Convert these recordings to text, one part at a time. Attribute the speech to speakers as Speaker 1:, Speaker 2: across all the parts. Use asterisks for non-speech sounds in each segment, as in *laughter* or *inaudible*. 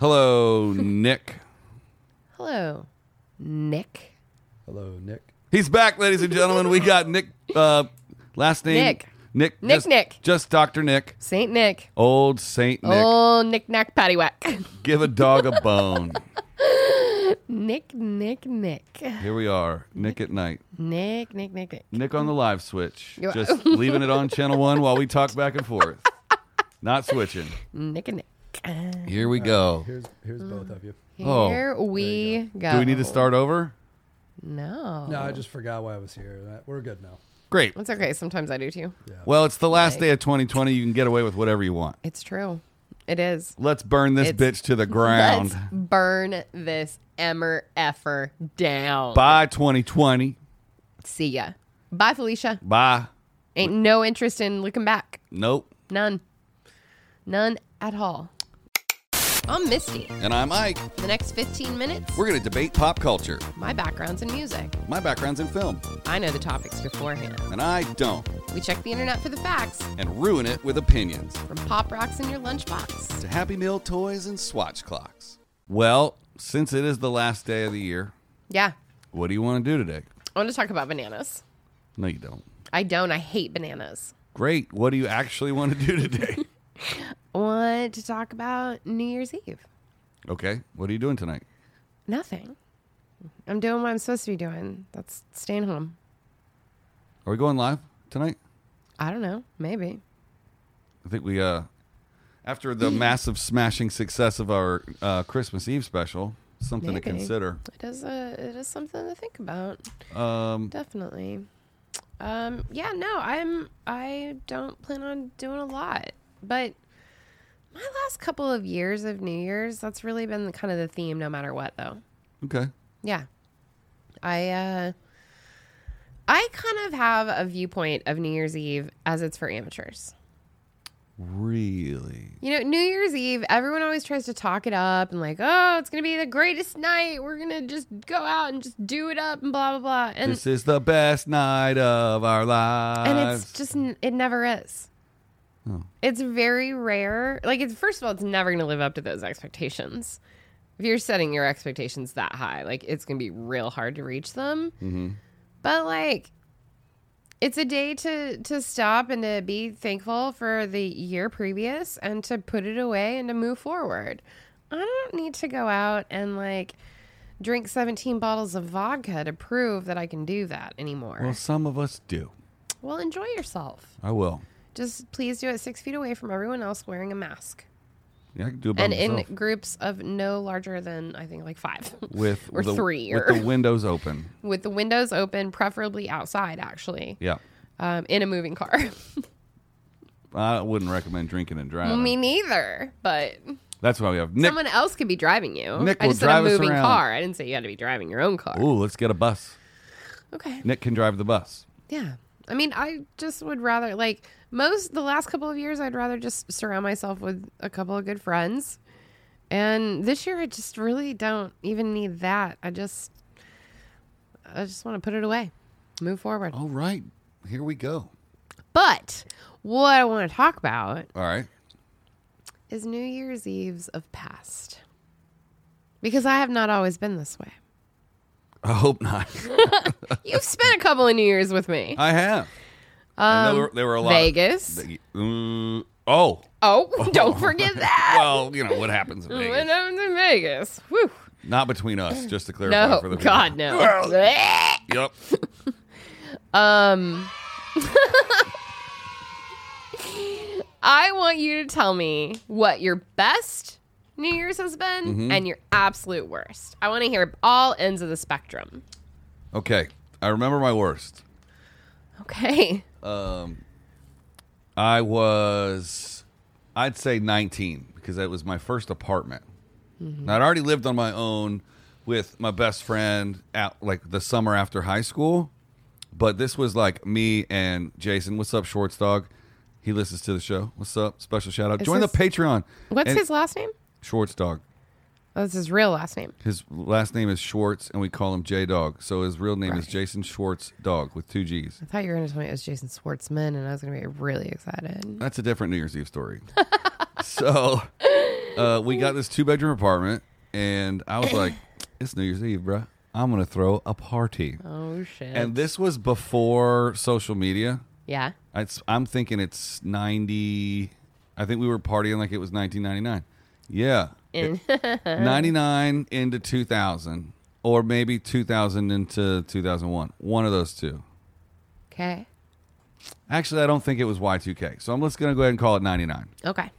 Speaker 1: Hello, Nick.
Speaker 2: Hello, Nick.
Speaker 3: Hello, Nick.
Speaker 1: He's back, ladies and gentlemen. We got Nick, uh, last name
Speaker 2: Nick.
Speaker 1: Nick.
Speaker 2: Nick,
Speaker 1: just,
Speaker 2: Nick.
Speaker 1: Just Doctor Nick,
Speaker 2: Saint Nick.
Speaker 1: old Saint Nick.
Speaker 2: Oh, knick knack paddywhack. *laughs*
Speaker 1: Give a dog a bone.
Speaker 2: Nick, Nick, Nick.
Speaker 1: Here we are, Nick at night.
Speaker 2: Nick, Nick, Nick, Nick.
Speaker 1: Nick on the live switch.
Speaker 2: You-
Speaker 1: Just leaving it on channel one while we talk back and forth. Not switching.
Speaker 2: Nick and Nick. Uh,
Speaker 1: Here we go.
Speaker 3: Here's here's both of you.
Speaker 1: Oh,
Speaker 2: Here we go.
Speaker 1: Do we need to start over?
Speaker 2: No.
Speaker 3: No, I just forgot why I was here. That- We're good now.
Speaker 1: Great.
Speaker 2: It's okay. Sometimes I do too.
Speaker 1: Well, it's the last day of 2020. You can get away with whatever you want.
Speaker 2: It's true. It is.
Speaker 1: Let's burn this
Speaker 2: It's-
Speaker 1: bitch to the ground.
Speaker 2: *laughs* Let's burn this emmer effer down.
Speaker 1: Bye, 2020.
Speaker 2: See ya. Bye, Felicia.
Speaker 1: Bye.
Speaker 2: Ain't no interest in looking back.
Speaker 1: Nope.
Speaker 2: None. None at all. I'm Misty.
Speaker 1: And I'm Ike.
Speaker 2: The next 15 minutes,
Speaker 1: We're going to debate pop culture.
Speaker 2: my background's in music.
Speaker 1: My background's in film,
Speaker 2: I know the topics beforehand.
Speaker 1: and I don't.
Speaker 2: We check the internet for the facts
Speaker 1: And ruin it with opinions.
Speaker 2: from pop rocks in your lunchbox.
Speaker 1: to Happy Meal toys and swatch clocks. Well, since it is the last day of the year,
Speaker 2: Yeah.
Speaker 1: what do you want to do today?
Speaker 2: I want to talk about bananas.
Speaker 1: No, you don't.
Speaker 2: I don't. I hate bananas.
Speaker 1: Great. What do you actually want to do today?
Speaker 2: I want to talk about New Year's Eve.
Speaker 1: okay. What are you doing tonight?
Speaker 2: Nothing. I'm doing what I'm supposed to be doing. That's staying home.
Speaker 1: Are we going live tonight?
Speaker 2: I don't know. Maybe.
Speaker 1: I think we, uh, after the massive smashing success of our uh, Christmas Eve special, something to
Speaker 2: Maybe.
Speaker 1: consider.
Speaker 2: It is a, it is something to think about.
Speaker 1: Um,
Speaker 2: Definitely. Um, yeah, no, I'm I don't plan on doing a lot. But my last couple of years of New Year's, that's really been the, kind of the theme no matter what though.
Speaker 1: okay.
Speaker 2: Yeah. I uh I kind of have a viewpoint of New Year's Eve as it's for amateurs.
Speaker 1: Really?
Speaker 2: You know, New Year's Eve, everyone always tries to talk it up and like, oh, it's gonna be the greatest night. We're gonna just go out and just do it up and blah blah blah. And
Speaker 1: this is the best night of our lives.
Speaker 2: and it's just n- it never is. It's very rare. Like it's first of all, it's never going to live up to those expectations. If you're setting your expectations that high, like it's going to be real hard to reach them. But like, it's a day to to stop and to be thankful for the year previous and to put it away and to move forward. I don't need to go out and like drink 17 bottles of vodka to prove that I can do that anymore.
Speaker 1: well, some of us do.
Speaker 2: Well, enjoy yourself.
Speaker 1: I will.
Speaker 2: Just please do it six feet away from everyone else wearing a mask.
Speaker 1: Yeah, I can do it by
Speaker 2: And
Speaker 1: myself.
Speaker 2: in groups of no larger than, I think, like five. *laughs*
Speaker 1: with
Speaker 2: or
Speaker 1: the,
Speaker 2: three.
Speaker 1: with
Speaker 2: Or
Speaker 1: the windows open.
Speaker 2: with the windows open, preferably outside, actually,
Speaker 1: Yeah,
Speaker 2: um, in a moving car. *laughs*
Speaker 1: Uh-huh. I wouldn't recommend drinking and driving.
Speaker 2: Me neither, but
Speaker 1: That's why we have Nick.
Speaker 2: someone else could be driving you.
Speaker 1: Nick
Speaker 2: I
Speaker 1: will
Speaker 2: just said
Speaker 1: drive
Speaker 2: a
Speaker 1: us
Speaker 2: moving
Speaker 1: around.
Speaker 2: car. I didn't say you had to be driving your own car.
Speaker 1: Ooh, let's get a bus.
Speaker 2: Okay.
Speaker 1: Nick can drive the bus.
Speaker 2: Yeah. I mean, I just would rather like most the last couple of years I'd rather just surround myself with a couple of good friends. And this year I just really don't even need that. I just I just want to put it away. Move forward.
Speaker 1: All right, here we go.
Speaker 2: But what I want to talk about
Speaker 1: All right,
Speaker 2: is New Year's Eves of past. Because I have not always been this way.
Speaker 1: I hope
Speaker 2: *laughs*
Speaker 1: not.
Speaker 2: You've spent a couple of New Year's with me.
Speaker 1: I have. Um, there, were, there were a lot. of-
Speaker 2: Vegas.
Speaker 1: Mm, oh, *laughs*
Speaker 2: oh, don't forget that.
Speaker 1: well, you know what happens
Speaker 2: *laughs*
Speaker 1: in
Speaker 2: What
Speaker 1: Vegas.
Speaker 2: happened in Vegas? Whew.
Speaker 1: Not between us, just to clarify
Speaker 2: No,
Speaker 1: for the people. *laughs*
Speaker 2: God no.
Speaker 1: Yep.
Speaker 2: I want you to tell me what your best New Year's has been
Speaker 1: Mm-hmm.
Speaker 2: and your absolute worst. I want to hear all ends of the spectrum.
Speaker 1: Okay, I remember my worst.
Speaker 2: Okay.
Speaker 1: I was, I'd say 19 because that was my first apartment.
Speaker 2: Mm-hmm.
Speaker 1: Now, I'd already lived on my own with my best friend out like the summer after high school, but this was like me and Jason. What's up, Shorts Dog? He listens to the show. What's up? Special shout out.
Speaker 2: Is
Speaker 1: Join
Speaker 2: his-
Speaker 1: the Patreon.
Speaker 2: What's
Speaker 1: And-
Speaker 2: his last name?
Speaker 1: Shorts Dog?
Speaker 2: Oh, that's his real last name.
Speaker 1: His last name is Schwartz, and we call him J Dog. So his real name is
Speaker 2: Right.
Speaker 1: Jason Schwartz Dog with two G's.
Speaker 2: I thought you were going to tell me it was Jason Schwartzman, and I was going to be really excited.
Speaker 1: That's a different New Year's Eve story. *laughs* so uh, we got this two bedroom apartment, and I was like, "It's New Year's Eve, bruh. I'm gonna throw a party."
Speaker 2: Oh shit.
Speaker 1: And this was before social media.
Speaker 2: yeah.
Speaker 1: It's, I'm thinking it's 90. I think we were partying like it was 1999. Yeah.
Speaker 2: In-
Speaker 1: *laughs* It- 99 into 2000, or maybe 2000 into 2001. One of those two.
Speaker 2: Okay.
Speaker 1: Actually, I don't think it was Y2K. So I'm just going to go ahead and call it 99.
Speaker 2: Okay.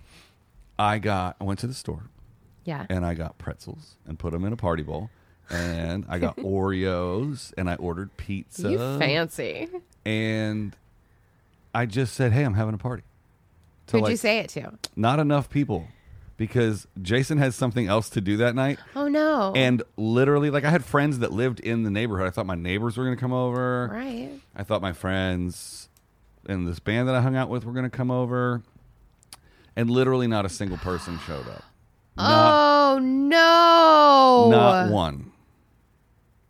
Speaker 1: I got, I went to the store
Speaker 2: Yeah.
Speaker 1: and I got pretzels and put them in a party bowl. And I
Speaker 2: *laughs*
Speaker 1: got Oreos and I ordered pizza.
Speaker 2: you fancy.
Speaker 1: and I just said, "Hey, I'm having a party." To,
Speaker 2: Who'd
Speaker 1: like,
Speaker 2: you say it to?
Speaker 1: Not enough people, because Jason has something else to do that night.
Speaker 2: Oh no.
Speaker 1: And literally, like I had friends that lived in the neighborhood. I thought my neighbors were going to come over.
Speaker 2: right.
Speaker 1: I thought my friends and this band that I hung out with were going to come over. And literally, not a single person showed up. Not,
Speaker 2: oh no.
Speaker 1: not one.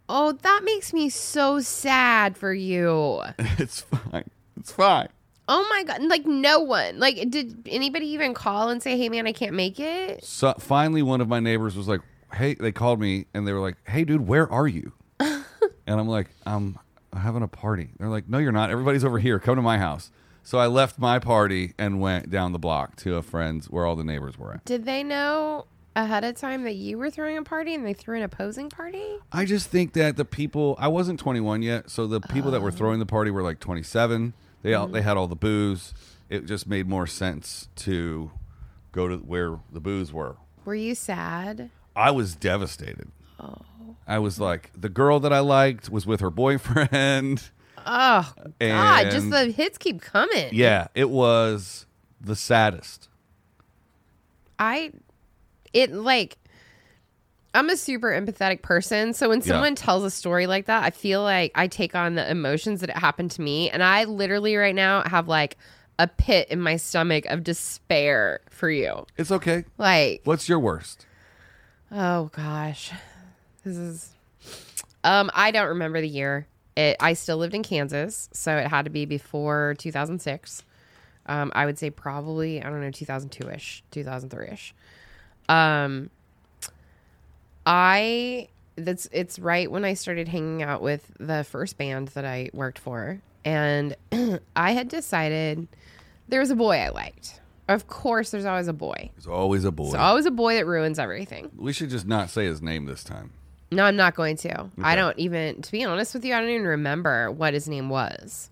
Speaker 2: Oh, that makes me so sad for you.
Speaker 1: *laughs* It's fine. It's fine.
Speaker 2: Oh my god, like no one. Like did anybody even call and say, "Hey man, I can't make it?"
Speaker 1: So finally, one of my neighbors was like, "Hey," they called me and they were like, "Hey, dude, where are *laughs* you?" and I'm like, "I'm having a party." They're like, "No, you're not. Everybody's over here. Come to my house." So I left my party and went down the block to a friend's where all the neighbors were at.
Speaker 2: Did they know ahead of time that you were throwing a party and they threw an opposing party?
Speaker 1: I just think that the people I wasn't 21 yet, so the people that were throwing the party were like 27. They all, they had all the booze. It just made more sense to go to where the booze were.
Speaker 2: Were you sad?
Speaker 1: I was devastated.
Speaker 2: Oh.
Speaker 1: I was like, the girl that I liked was with her boyfriend.
Speaker 2: Oh *laughs* god, just
Speaker 1: And-
Speaker 2: the hits keep coming.
Speaker 1: Yeah, it was the saddest.
Speaker 2: I it like I'm a super empathetic person. So when
Speaker 1: Yeah.
Speaker 2: someone tells a story like that, I feel like I take on the emotions that it happened to me and I literally right now have like a pit in my stomach of despair for you.
Speaker 1: It's okay.
Speaker 2: Like
Speaker 1: What's your worst?
Speaker 2: Oh gosh. This is um I don't remember the year. It I still lived in Kansas, so it had to be before 2006. Um I would say probably, I don't know, 2002ish, 2003ish. Um I that's it's right when I started hanging out with the first band that I worked for and *clears throat* I had decided there was a boy I liked. Of course there's always a boy.
Speaker 1: It's always a boy.
Speaker 2: There's always a boy that ruins everything.
Speaker 1: we should just not say his name this time.
Speaker 2: No, I'm not going to. I don't even, to be honest with you, I don't even remember what his name was.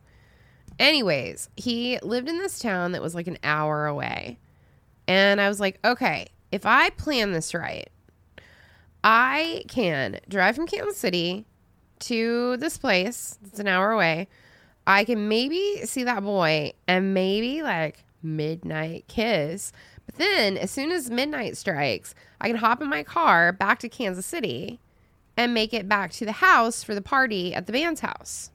Speaker 2: Anyways, he lived in this town that was like an hour away. And I was like, okay, if I plan this right, I can drive from Kansas City to this place that's an hour away. I can maybe see that boy and maybe like midnight kiss. But then as soon as midnight strikes, I can hop in my car back to Kansas City and make it back to the house for the party at the band's house.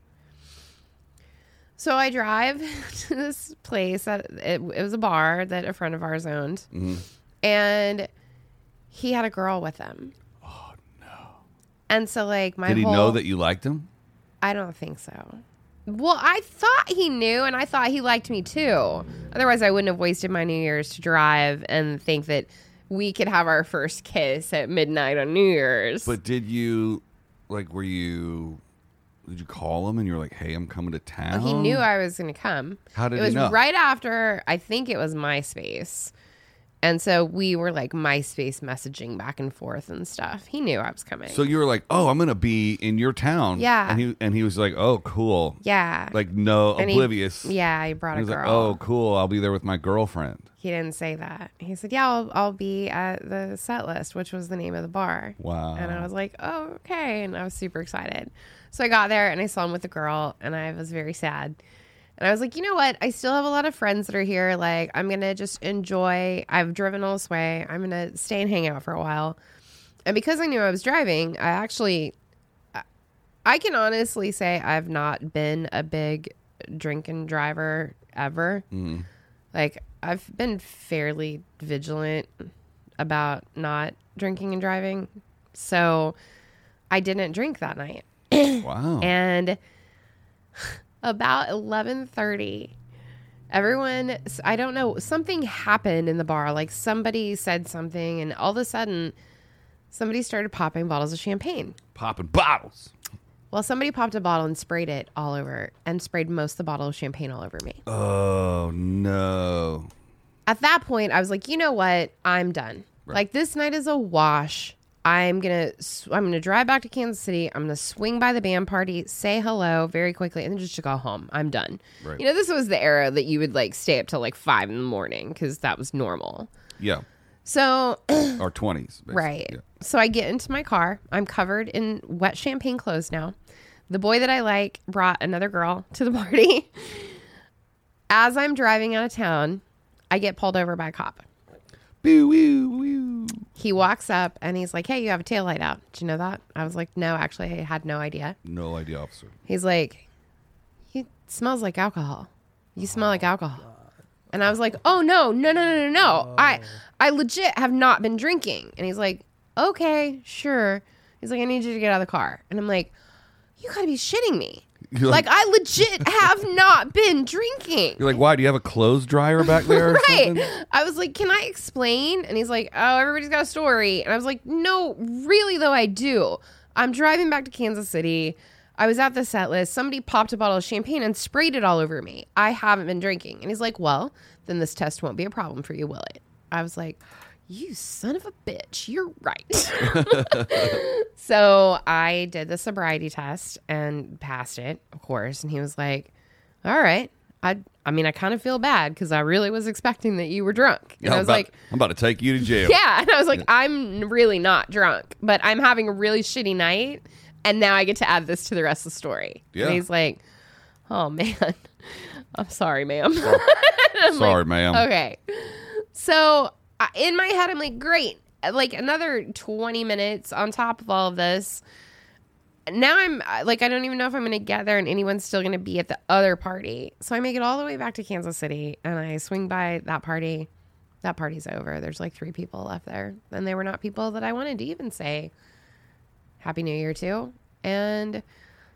Speaker 2: So I drive *laughs* to this place that it, it was a bar that a friend of ours owned,
Speaker 1: Mm-hmm.
Speaker 2: and he had a girl with him. Oh no! And so, like, my
Speaker 1: Did he
Speaker 2: whole,
Speaker 1: know that you liked him?
Speaker 2: I don't think so. Well, I thought he knew, and I thought he liked me too. Otherwise, I wouldn't have wasted my New Year's to drive and think that we could have our first kiss at midnight on New Year's.
Speaker 1: But did you, like, were you, did you call him and you were like, hey, I'm coming to town?
Speaker 2: Oh, He knew I was going to come.
Speaker 1: um, How did
Speaker 2: it
Speaker 1: he
Speaker 2: was
Speaker 1: know?
Speaker 2: right after I think it was MySpace, and so we were like MySpace messaging back and forth and stuff. He knew I was coming.
Speaker 1: So you were like, oh, I'm going to be in your town.
Speaker 2: Yeah.
Speaker 1: And he, and he was like, oh, cool.
Speaker 2: yeah,
Speaker 1: Like, no,
Speaker 2: And he-
Speaker 1: oblivious.
Speaker 2: yeah, he brought
Speaker 1: And
Speaker 2: a
Speaker 1: he's like,
Speaker 2: girl.
Speaker 1: oh, cool. I'll be there with my girlfriend.
Speaker 2: He didn't say that. He said, "Yeah, I'll, I'll be at the set list, which was the name of the bar."
Speaker 1: Wow.
Speaker 2: And I was like, "Oh, okay." And I was super excited. So I got there and I saw him with the girl, and I was very sad. And I was like, "You know what? I still have a lot of friends that are here. Like, I'm gonna just enjoy. I've driven all this way. I'm gonna stay and hang out for a while." And because I knew I was driving, I actually, I- I can honestly say I've not been a big drinking driver ever like I've been fairly vigilant about not drinking and driving. So I didn't drink that night. uh,
Speaker 1: Wow.
Speaker 2: *sighs* And about 11:30 Everyone, s- I don't know, something happened in the bar. Like somebody said something, and all of a sudden, somebody started popping bottles of champagne.
Speaker 1: Popping bottles.
Speaker 2: Well, somebody popped a bottle and sprayed it all over, and sprayed most of the bottle of champagne all over me.
Speaker 1: Oh no.
Speaker 2: At that point, I was like, you know what? I'm done. Like this night is a wash. I'm gonna s- I'm gonna drive back to Kansas City. I'm gonna swing by the band party, say hello very quickly, and then just to go home. I'm done.
Speaker 1: Right.
Speaker 2: You know, this was the era that you would like stay up till like five in the morning because that was normal.
Speaker 1: Yeah.
Speaker 2: So *clears throat*
Speaker 1: Our twenties.
Speaker 2: Right. So I get into my car. I'm covered in wet champagne clothes now. The boy that I like brought another girl to the *laughs* party. As I'm driving out of town, I get pulled over by a cop.
Speaker 1: Boo woo woo.
Speaker 2: He walks up and he's like, Hey, you have a taillight out. Did you know that? I was like, No, actually, I had no idea.
Speaker 1: No idea, officer.
Speaker 2: He's like, It smells like alcohol. You smell like alcohol. And I was like, Oh no, no, no, no, no, no. I I legit have not been drinking. And he's like, Okay, sure. He's like, I need you to get out of the car. And I'm like, You gotta be shitting me.
Speaker 1: You're
Speaker 2: like, uh,
Speaker 1: like-
Speaker 2: I legit have not been drinking.
Speaker 1: You're like, why? Do you have a clothes dryer back there? Or something?
Speaker 2: *laughs* Right. I was like, "Can I explain?" And he's like, "Oh, everybody's got a story." And I was like, "No, really though, I do. I'm driving back to Kansas City. I was at the set list. Somebody popped a bottle of champagne and sprayed it all over me. I haven't been drinking." And he's like, "Well, then this test won't be a problem for you, will it?" I was like, "You son of a bitch, you're right." So I did the sobriety test and passed it, of course. And he was like, "All right." I I mean, I kind of feel bad because I really was expecting that you were drunk. And
Speaker 1: I'm
Speaker 2: I was
Speaker 1: about,
Speaker 2: like,
Speaker 1: I'm about to take you to jail.
Speaker 2: *laughs* "Yeah," and I was like, "I'm really not drunk, but I'm having a really shitty night." And now I get to add this to the rest of the story.
Speaker 1: Yeah.
Speaker 2: And he's like, "Oh man, *laughs* I'm sorry, ma'am."
Speaker 1: Sorry, ma'am.
Speaker 2: Okay. So I- in my head, I'm like, great. Like another 20 minutes on top of all of this. Now I'm uh, like, I don't even know if I'm going to get there and anyone's still going to be at the other party. So I make it all the way back to Kansas City and I swing by that party. That party's over. There's like three people left there. And they were not people that I wanted to even say Happy New Year to. And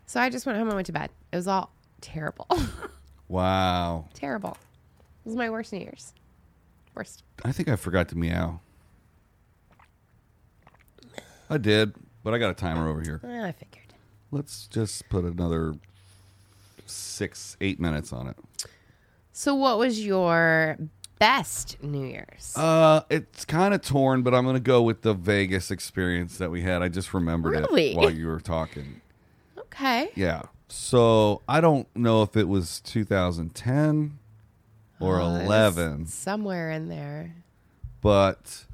Speaker 2: so I just went home and went to bed. It was all terrible. *laughs*
Speaker 1: Wow.
Speaker 2: terrible. It was my worst New Year's. Worst.
Speaker 1: I think I forgot to meow. I did, but I got a timer over here.
Speaker 2: Well, I figured.
Speaker 1: Let's just put another six, eight minutes on it.
Speaker 2: So, what was your best New Year's?
Speaker 1: Uh, it's kind of torn, but I'm gonna go with the Vegas experience that we had. I just remembered
Speaker 2: Really?
Speaker 1: it while you were talking.
Speaker 2: okay.
Speaker 1: Yeah. So I don't know if it was 2010 or
Speaker 2: Well, Oh, it was
Speaker 1: 11,
Speaker 2: Somewhere in there.
Speaker 1: but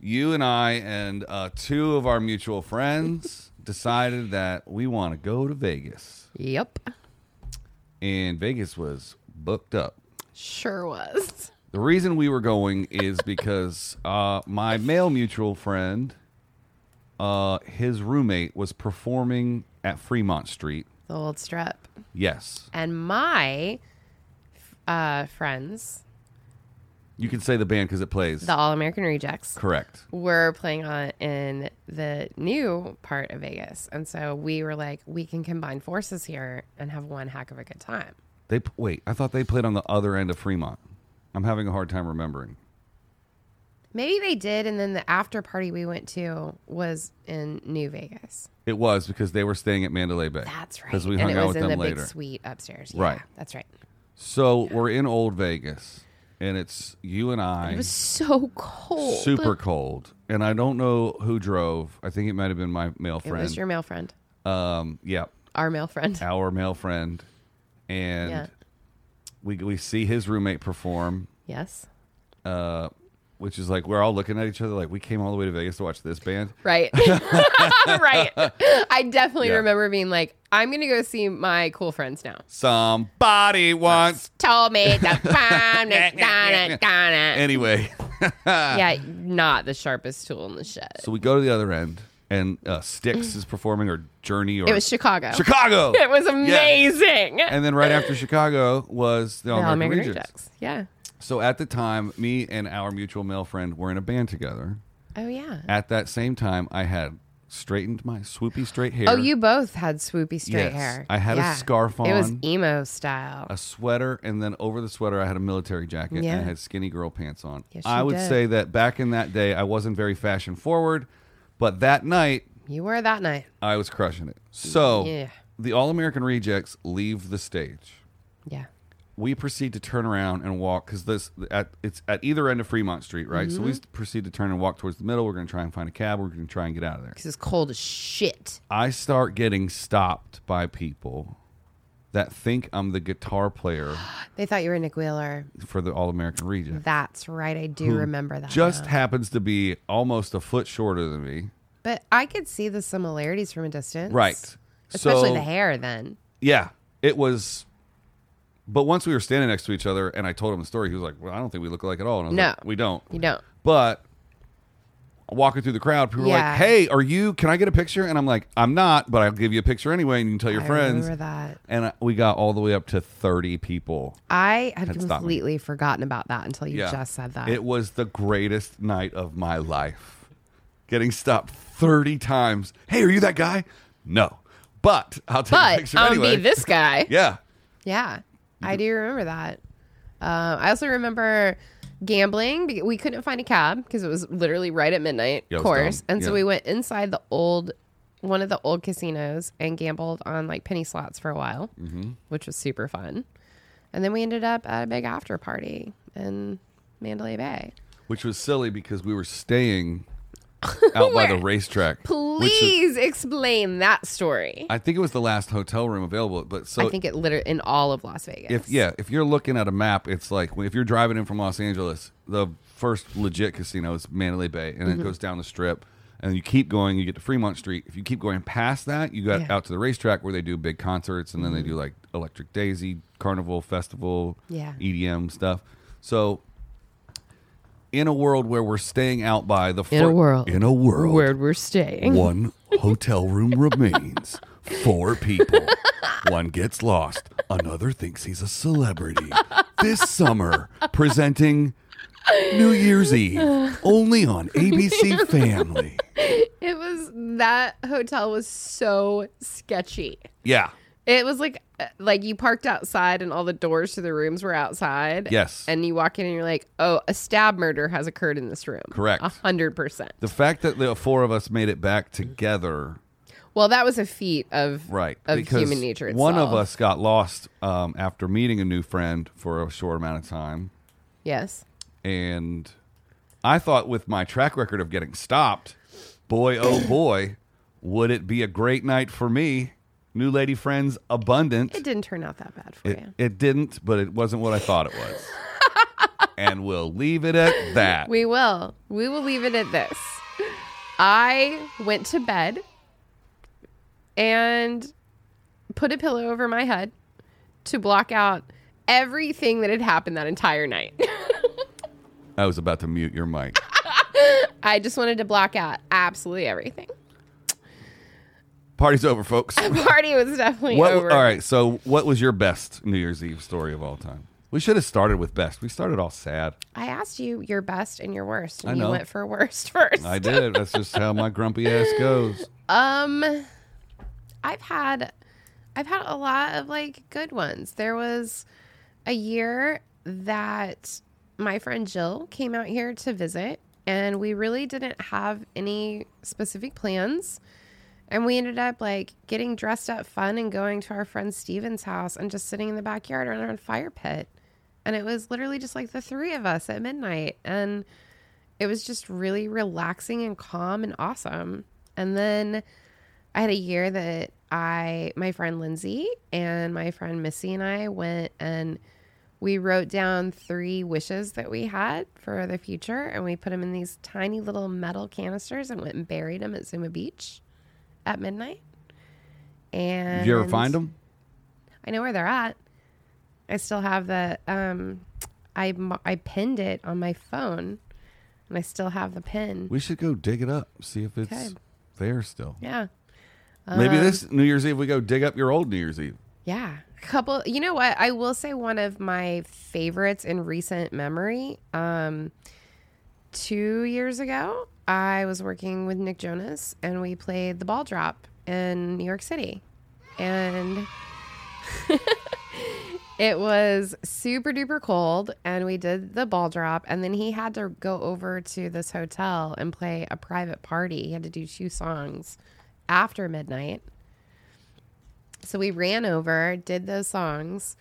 Speaker 1: you and I and uh, two of our mutual
Speaker 2: *laughs*
Speaker 1: friends decided that we want to go to Vegas,
Speaker 2: Yep.
Speaker 1: and Vegas was booked up.
Speaker 2: Sure was.
Speaker 1: The reason we were going is because uh, my male mutual friend, uh, his roommate was performing at Fremont Street.
Speaker 2: The old strip.
Speaker 1: Yes,
Speaker 2: And my uh, friends,
Speaker 1: you can say the band because it plays.
Speaker 2: the All American Rejects,
Speaker 1: Correct.
Speaker 2: were playing on in the new part of Vegas. And so we were like, we can combine forces here and have one heck of a good time.
Speaker 1: They p- wait. I thought they played on the other end of Fremont. I'm having a hard time remembering.
Speaker 2: Maybe they did, and then the after party we went to was in New Vegas.
Speaker 1: It was because they were staying at Mandalay Bay.
Speaker 2: That's right.
Speaker 1: Because we
Speaker 2: and
Speaker 1: hung
Speaker 2: it
Speaker 1: out
Speaker 2: was
Speaker 1: with
Speaker 2: in
Speaker 1: them
Speaker 2: the
Speaker 1: later.
Speaker 2: big suite upstairs. Yeah,
Speaker 1: Right.
Speaker 2: That's right.
Speaker 1: So we're in Old Vegas, and it's you and I.
Speaker 2: It was so cold.
Speaker 1: super cold, and I don't know who drove. I think it might have been my male
Speaker 2: It
Speaker 1: friend.
Speaker 2: was your male friend,
Speaker 1: um, yeah,
Speaker 2: our male friend.
Speaker 1: our male friend, and
Speaker 2: Yeah.
Speaker 1: we we see his roommate perform,
Speaker 2: Yes.
Speaker 1: uh, which is like we're all looking at each other like we came all the way to Vegas to watch this band.
Speaker 2: *laughs* Right. right. I definitely
Speaker 1: Yeah.
Speaker 2: remember being like, I'm going to go see my cool friends now.
Speaker 1: Somebody wants
Speaker 2: Told me *laughs* the time is gonna, gonna.
Speaker 1: anyway.
Speaker 2: Yeah, not the sharpest tool in the shed.
Speaker 1: So we go to the other end, and uh, Styx is performing or Journey or
Speaker 2: It was Chicago.
Speaker 1: Chicago.
Speaker 2: *laughs* It was
Speaker 1: Yeah.
Speaker 2: amazing.
Speaker 1: And then right after Chicago was the All
Speaker 2: The All
Speaker 1: American
Speaker 2: American
Speaker 1: Rejects.
Speaker 2: Rejects. Yeah.
Speaker 1: So at the time, me and our mutual male friend were in a band together.
Speaker 2: Oh yeah.
Speaker 1: At that same time, I had straightened my swoopy straight hair.
Speaker 2: Oh, you both had swoopy
Speaker 1: Yes.
Speaker 2: straight hair.
Speaker 1: I had a scarf
Speaker 2: It was
Speaker 1: on.
Speaker 2: emo style.
Speaker 1: a sweater, and then over the sweater, I had a military jacket and
Speaker 2: Yeah.
Speaker 1: I had skinny girl pants on.
Speaker 2: Yes,
Speaker 1: I
Speaker 2: you
Speaker 1: would
Speaker 2: did.
Speaker 1: say that back in that day, I wasn't very fashion forward, but that night,
Speaker 2: you were that night.
Speaker 1: I was crushing it. So
Speaker 2: Yeah.
Speaker 1: the All American Rejects leave the stage.
Speaker 2: Yeah.
Speaker 1: We proceed to turn around and walk because this at it's at either end of Fremont Street, right? So we s-
Speaker 2: Mm-hmm.
Speaker 1: proceed to turn and walk towards the middle. We're going to try and find a cab. We're going to try and get out of there.
Speaker 2: Because it's cold as shit.
Speaker 1: I start getting stopped by people that think I'm the guitar player
Speaker 2: They thought you were Nick Wheeler.
Speaker 1: for the All American Rejects.
Speaker 2: That's right. I do remember that.
Speaker 1: Just
Speaker 2: now.
Speaker 1: happens to be almost a foot shorter than me.
Speaker 2: But I could see the similarities from a distance.
Speaker 1: Right.
Speaker 2: Especially
Speaker 1: So-
Speaker 2: the hair then.
Speaker 1: Yeah, it was. But once we were standing next to each other, and I told him the story, he was like, "Well, I don't think we look alike at all." And I was
Speaker 2: No.
Speaker 1: like, we don't.
Speaker 2: You don't.
Speaker 1: But walking through the crowd, people were
Speaker 2: Yeah.
Speaker 1: like, "Hey, are you? Can I get a picture?" And I'm like, "I'm not, but I'll give you a picture anyway, and you can tell your
Speaker 2: I
Speaker 1: friends."
Speaker 2: remember that.
Speaker 1: And I- we got all the way up to 30 people.
Speaker 2: I had
Speaker 1: Had stopped me.
Speaker 2: completely forgotten about that until you
Speaker 1: Yeah.
Speaker 2: just said that.
Speaker 1: It was the greatest night of my life. Getting stopped 30 times. Hey, are you that guy? No. But I'll take a *laughs*
Speaker 2: but
Speaker 1: picture
Speaker 2: I'll
Speaker 1: anyway.
Speaker 2: be this guy.
Speaker 1: yeah.
Speaker 2: Yeah, I do remember that. Um, I also remember gambling. be- We couldn't find a cab because it was literally right at midnight,
Speaker 1: Yeah, it was
Speaker 2: of course.
Speaker 1: dumb.
Speaker 2: And so
Speaker 1: Yeah.
Speaker 2: we went inside the old, one of the old casinos and gambled on like penny slots for a while,
Speaker 1: Mm-hmm.
Speaker 2: which was super fun. And then we ended up at a big after party in Mandalay Bay.
Speaker 1: Which was silly because we were
Speaker 2: *laughs*
Speaker 1: staying out by the racetrack. which is-
Speaker 2: Please explain that story. I,
Speaker 1: I think it was the last hotel room available. But so
Speaker 2: think it literally in all of Las Vegas.
Speaker 1: if yeah, if you're looking at a map, it's like if you're driving in from Los Angeles, the first legit casino is Mandalay Bay, and
Speaker 2: Mm-hmm.
Speaker 1: it goes down the strip, and you keep going, you get to Fremont Street. If you keep going past that, you got
Speaker 2: Yeah. Mm-hmm.
Speaker 1: out to the racetrack where they do big concerts, and then they do like Electric Daisy Carnival Festival,
Speaker 2: Yeah.
Speaker 1: EDM stuff. So. In a world where we're staying out by the
Speaker 2: In a
Speaker 1: fir-
Speaker 2: world
Speaker 1: in a world
Speaker 2: where we're staying.
Speaker 1: one hotel room remains. Four people. One gets lost. Another thinks he's a celebrity. This summer, presenting New Year's Eve, only on ABC Family.
Speaker 2: It was that hotel was so sketchy.
Speaker 1: Yeah.
Speaker 2: It was like uh, like you parked outside and all the doors to the rooms were outside.
Speaker 1: Yes.
Speaker 2: And you walk in and you're like, oh, a stab murder has occurred in this room.
Speaker 1: Correct.
Speaker 2: A hundred percent.
Speaker 1: The fact that the four of us made it back together,
Speaker 2: Well, that was a feat of
Speaker 1: right?
Speaker 2: of
Speaker 1: because
Speaker 2: human nature. Itself.
Speaker 1: One of us got lost um, after meeting a new friend for a short amount of time,
Speaker 2: Yes.
Speaker 1: and I thought with my track record of getting stopped, boy
Speaker 2: *coughs*
Speaker 1: oh boy, would it be a great night for me? New lady friends abundant.
Speaker 2: It didn't turn out that bad for
Speaker 1: It,
Speaker 2: you.
Speaker 1: it didn't, but it wasn't what I thought it
Speaker 2: *laughs*
Speaker 1: was. and we'll leave it at that.
Speaker 2: We will. We will leave it at this. I went to bed and put a pillow over my head to block out everything that had happened that entire night. *laughs*
Speaker 1: I was about to mute your mic.
Speaker 2: I just wanted to block out absolutely everything. *laughs*
Speaker 1: Party's over, folks.
Speaker 2: Party was definitely
Speaker 1: What, all
Speaker 2: over.
Speaker 1: right, so what was your best New Year's Eve story of all time? We should have started with best. We started all sad.
Speaker 2: I asked you your best and your worst, and
Speaker 1: I
Speaker 2: you
Speaker 1: know.
Speaker 2: went for worst *laughs* first.
Speaker 1: I did. That's just how my grumpy ass goes.
Speaker 2: Um, I've had, I've had a lot of like good ones. There was a year that my friend Jill came out here to visit, and we really didn't have any specific plans. And we ended up like getting dressed up fun and going to our friend Steven's house and just sitting in the backyard around our fire pit. And it was literally just like the three of us at midnight. And it was just really relaxing and calm and awesome. And then I had a year that I, my friend Lindsay and my friend Missy and I went and we wrote down three wishes that we had for the future and we put them in these tiny little metal canisters and went and buried them at Zuma Beach at midnight. And
Speaker 1: Did you ever find them?
Speaker 2: I know where they're at. I still have the um, I mo- I pinned it on my phone, and I still have the pin.
Speaker 1: We should go dig it up, see if it's
Speaker 2: Okay.
Speaker 1: there still.
Speaker 2: yeah, Uh,
Speaker 1: Maybe this New Year's Eve we go dig up your old New Year's Eve.
Speaker 2: yeah. Couple. You know what? I will say one of my favorites in recent memory. Um, two years ago, I was working with Nick Jonas and we played the ball drop in New York City. And *laughs* it was super duper cold and we did the ball drop and then he had to go over to this hotel and play a private party. He had to do two songs after midnight. So we ran over, did those songs,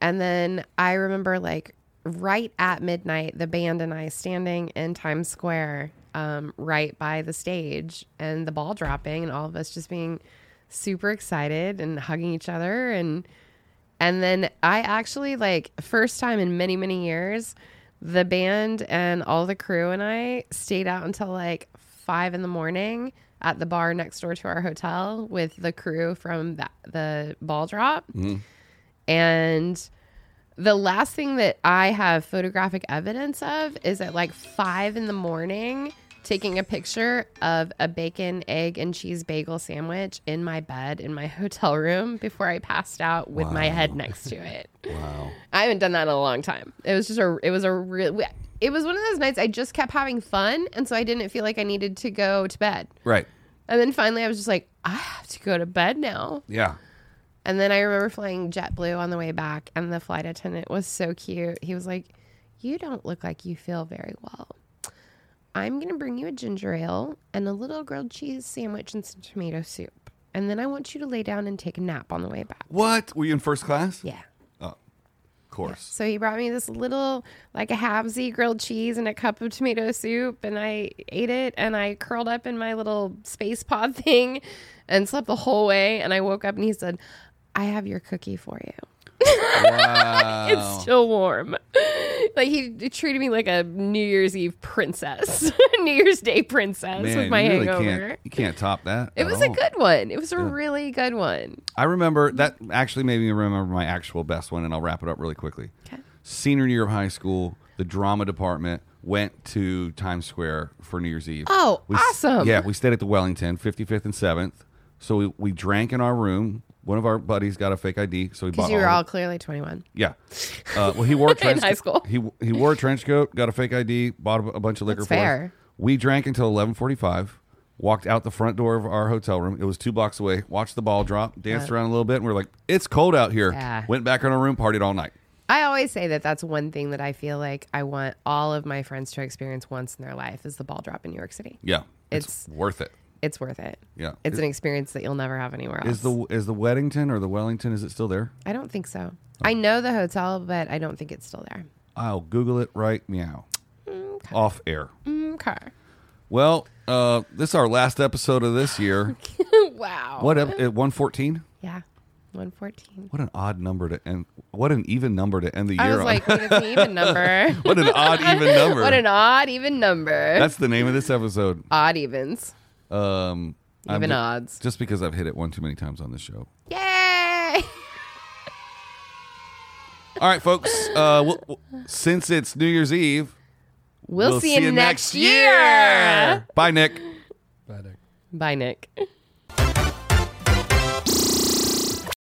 Speaker 2: and then I remember like right at midnight, the band and I standing in Times Square, um, right by the stage, and the ball dropping, and all of us just being super excited and hugging each other, and and then I actually like first time in many many years, the band and all the crew and I stayed out until like five in the morning at the bar next door to our hotel with the crew from the, the ball drop. And the last thing that I have photographic evidence of is at like five in the morning taking a picture of a bacon, egg, and cheese bagel sandwich in my bed in my *laughs* hotel room before I passed out with my head next to it.
Speaker 1: Wow.
Speaker 2: I haven't done that in a long time. It was just a. It was a real. It was one of those nights I just kept having fun, and so I didn't feel like I needed to go to bed.
Speaker 1: Right.
Speaker 2: And then finally, I was just like, I have to go to bed now.
Speaker 1: Yeah.
Speaker 2: And then I remember flying JetBlue on the way back, and the flight attendant was so cute. He was like, You don't look like you feel very well. I'm going to bring you a ginger ale and a little grilled cheese sandwich and some tomato soup. And then I want you to lay down and take a nap on the way back.
Speaker 1: What? Were you in first class?
Speaker 2: Yeah.
Speaker 1: Of course.
Speaker 2: So he brought me this little, like a Habsy grilled cheese and a cup of tomato soup, and I ate it, and I curled up in my little space pod *laughs* thing, and slept the whole way. And I woke up, and he said, "I have your cookie for you. *laughs* It's
Speaker 1: Wow.
Speaker 2: *laughs* still warm." like he, he treated me like a New Year's Eve princess, *laughs* New Year's Day princess with my
Speaker 1: you really
Speaker 2: hangover.
Speaker 1: can't. You can't top that.
Speaker 2: it
Speaker 1: at
Speaker 2: was a
Speaker 1: all.
Speaker 2: good one. It was a really good one.
Speaker 1: I remember that actually made me remember my actual best one, and I'll wrap it up really quickly.
Speaker 2: Okay.
Speaker 1: Senior year of high school, the drama department went to Times Square for New Year's Eve.
Speaker 2: Oh,
Speaker 1: s-
Speaker 2: awesome.
Speaker 1: Yeah, we stayed at the Wellington, 55th and 7th. So we, we drank in our room. One of our buddies got a fake ID, so he
Speaker 2: Because
Speaker 1: bought
Speaker 2: you were
Speaker 1: the-
Speaker 2: all clearly 21.
Speaker 1: yeah. Uh, well,
Speaker 2: *laughs*
Speaker 1: he wore a trench
Speaker 2: high school.
Speaker 1: He he wore a trench coat, got a fake ID, bought a, a bunch of liquor
Speaker 2: That's
Speaker 1: for us.
Speaker 2: fair.
Speaker 1: We drank until eleven forty-five. Walked out the front door of our hotel room. It was two blocks away. Watched the ball drop, danced around a little bit, and we are like, "It's cold out here."
Speaker 2: Yeah.
Speaker 1: Went back in our room, partied all night.
Speaker 2: I always say that that's one thing that I feel like I want all of my friends to experience once in their life is the ball drop in New York City.
Speaker 1: Yeah, it's,
Speaker 2: It's-
Speaker 1: worth it.
Speaker 2: It's worth it.
Speaker 1: Yeah.
Speaker 2: It's
Speaker 1: Is-
Speaker 2: an experience that you'll never have anywhere else.
Speaker 1: Is the is the Weddington or the Wellington? Is it still there?
Speaker 2: I don't think so.
Speaker 1: Oh.
Speaker 2: I know the hotel, but I don't think it's still there.
Speaker 1: I'll Google it right now.
Speaker 2: Mm,
Speaker 1: Off air.
Speaker 2: Okay.
Speaker 1: Well, uh, this is our last episode of this
Speaker 2: *laughs*
Speaker 1: year.
Speaker 2: *laughs* wow.
Speaker 1: what at one fourteen?
Speaker 2: Yeah. 114.
Speaker 1: What an odd number to end. What an even number to end the year
Speaker 2: I was
Speaker 1: on.
Speaker 2: like, wait, it's an even
Speaker 1: *laughs*
Speaker 2: number.
Speaker 1: what an
Speaker 2: *laughs*
Speaker 1: odd even number.
Speaker 2: what an odd even number.
Speaker 1: That's the name of this episode.
Speaker 2: odd evens.
Speaker 1: Um, I'm
Speaker 2: Even
Speaker 1: ju-
Speaker 2: odds.
Speaker 1: Just because I've hit it one too many times on this show.
Speaker 2: Yay! *laughs*
Speaker 1: All right, folks. Uh, we'll, we'll- since it's New Year's Eve,
Speaker 2: We'll, see, you next year.
Speaker 1: Bye, Nick.
Speaker 3: Bye, Nick.
Speaker 2: Bye, Nick.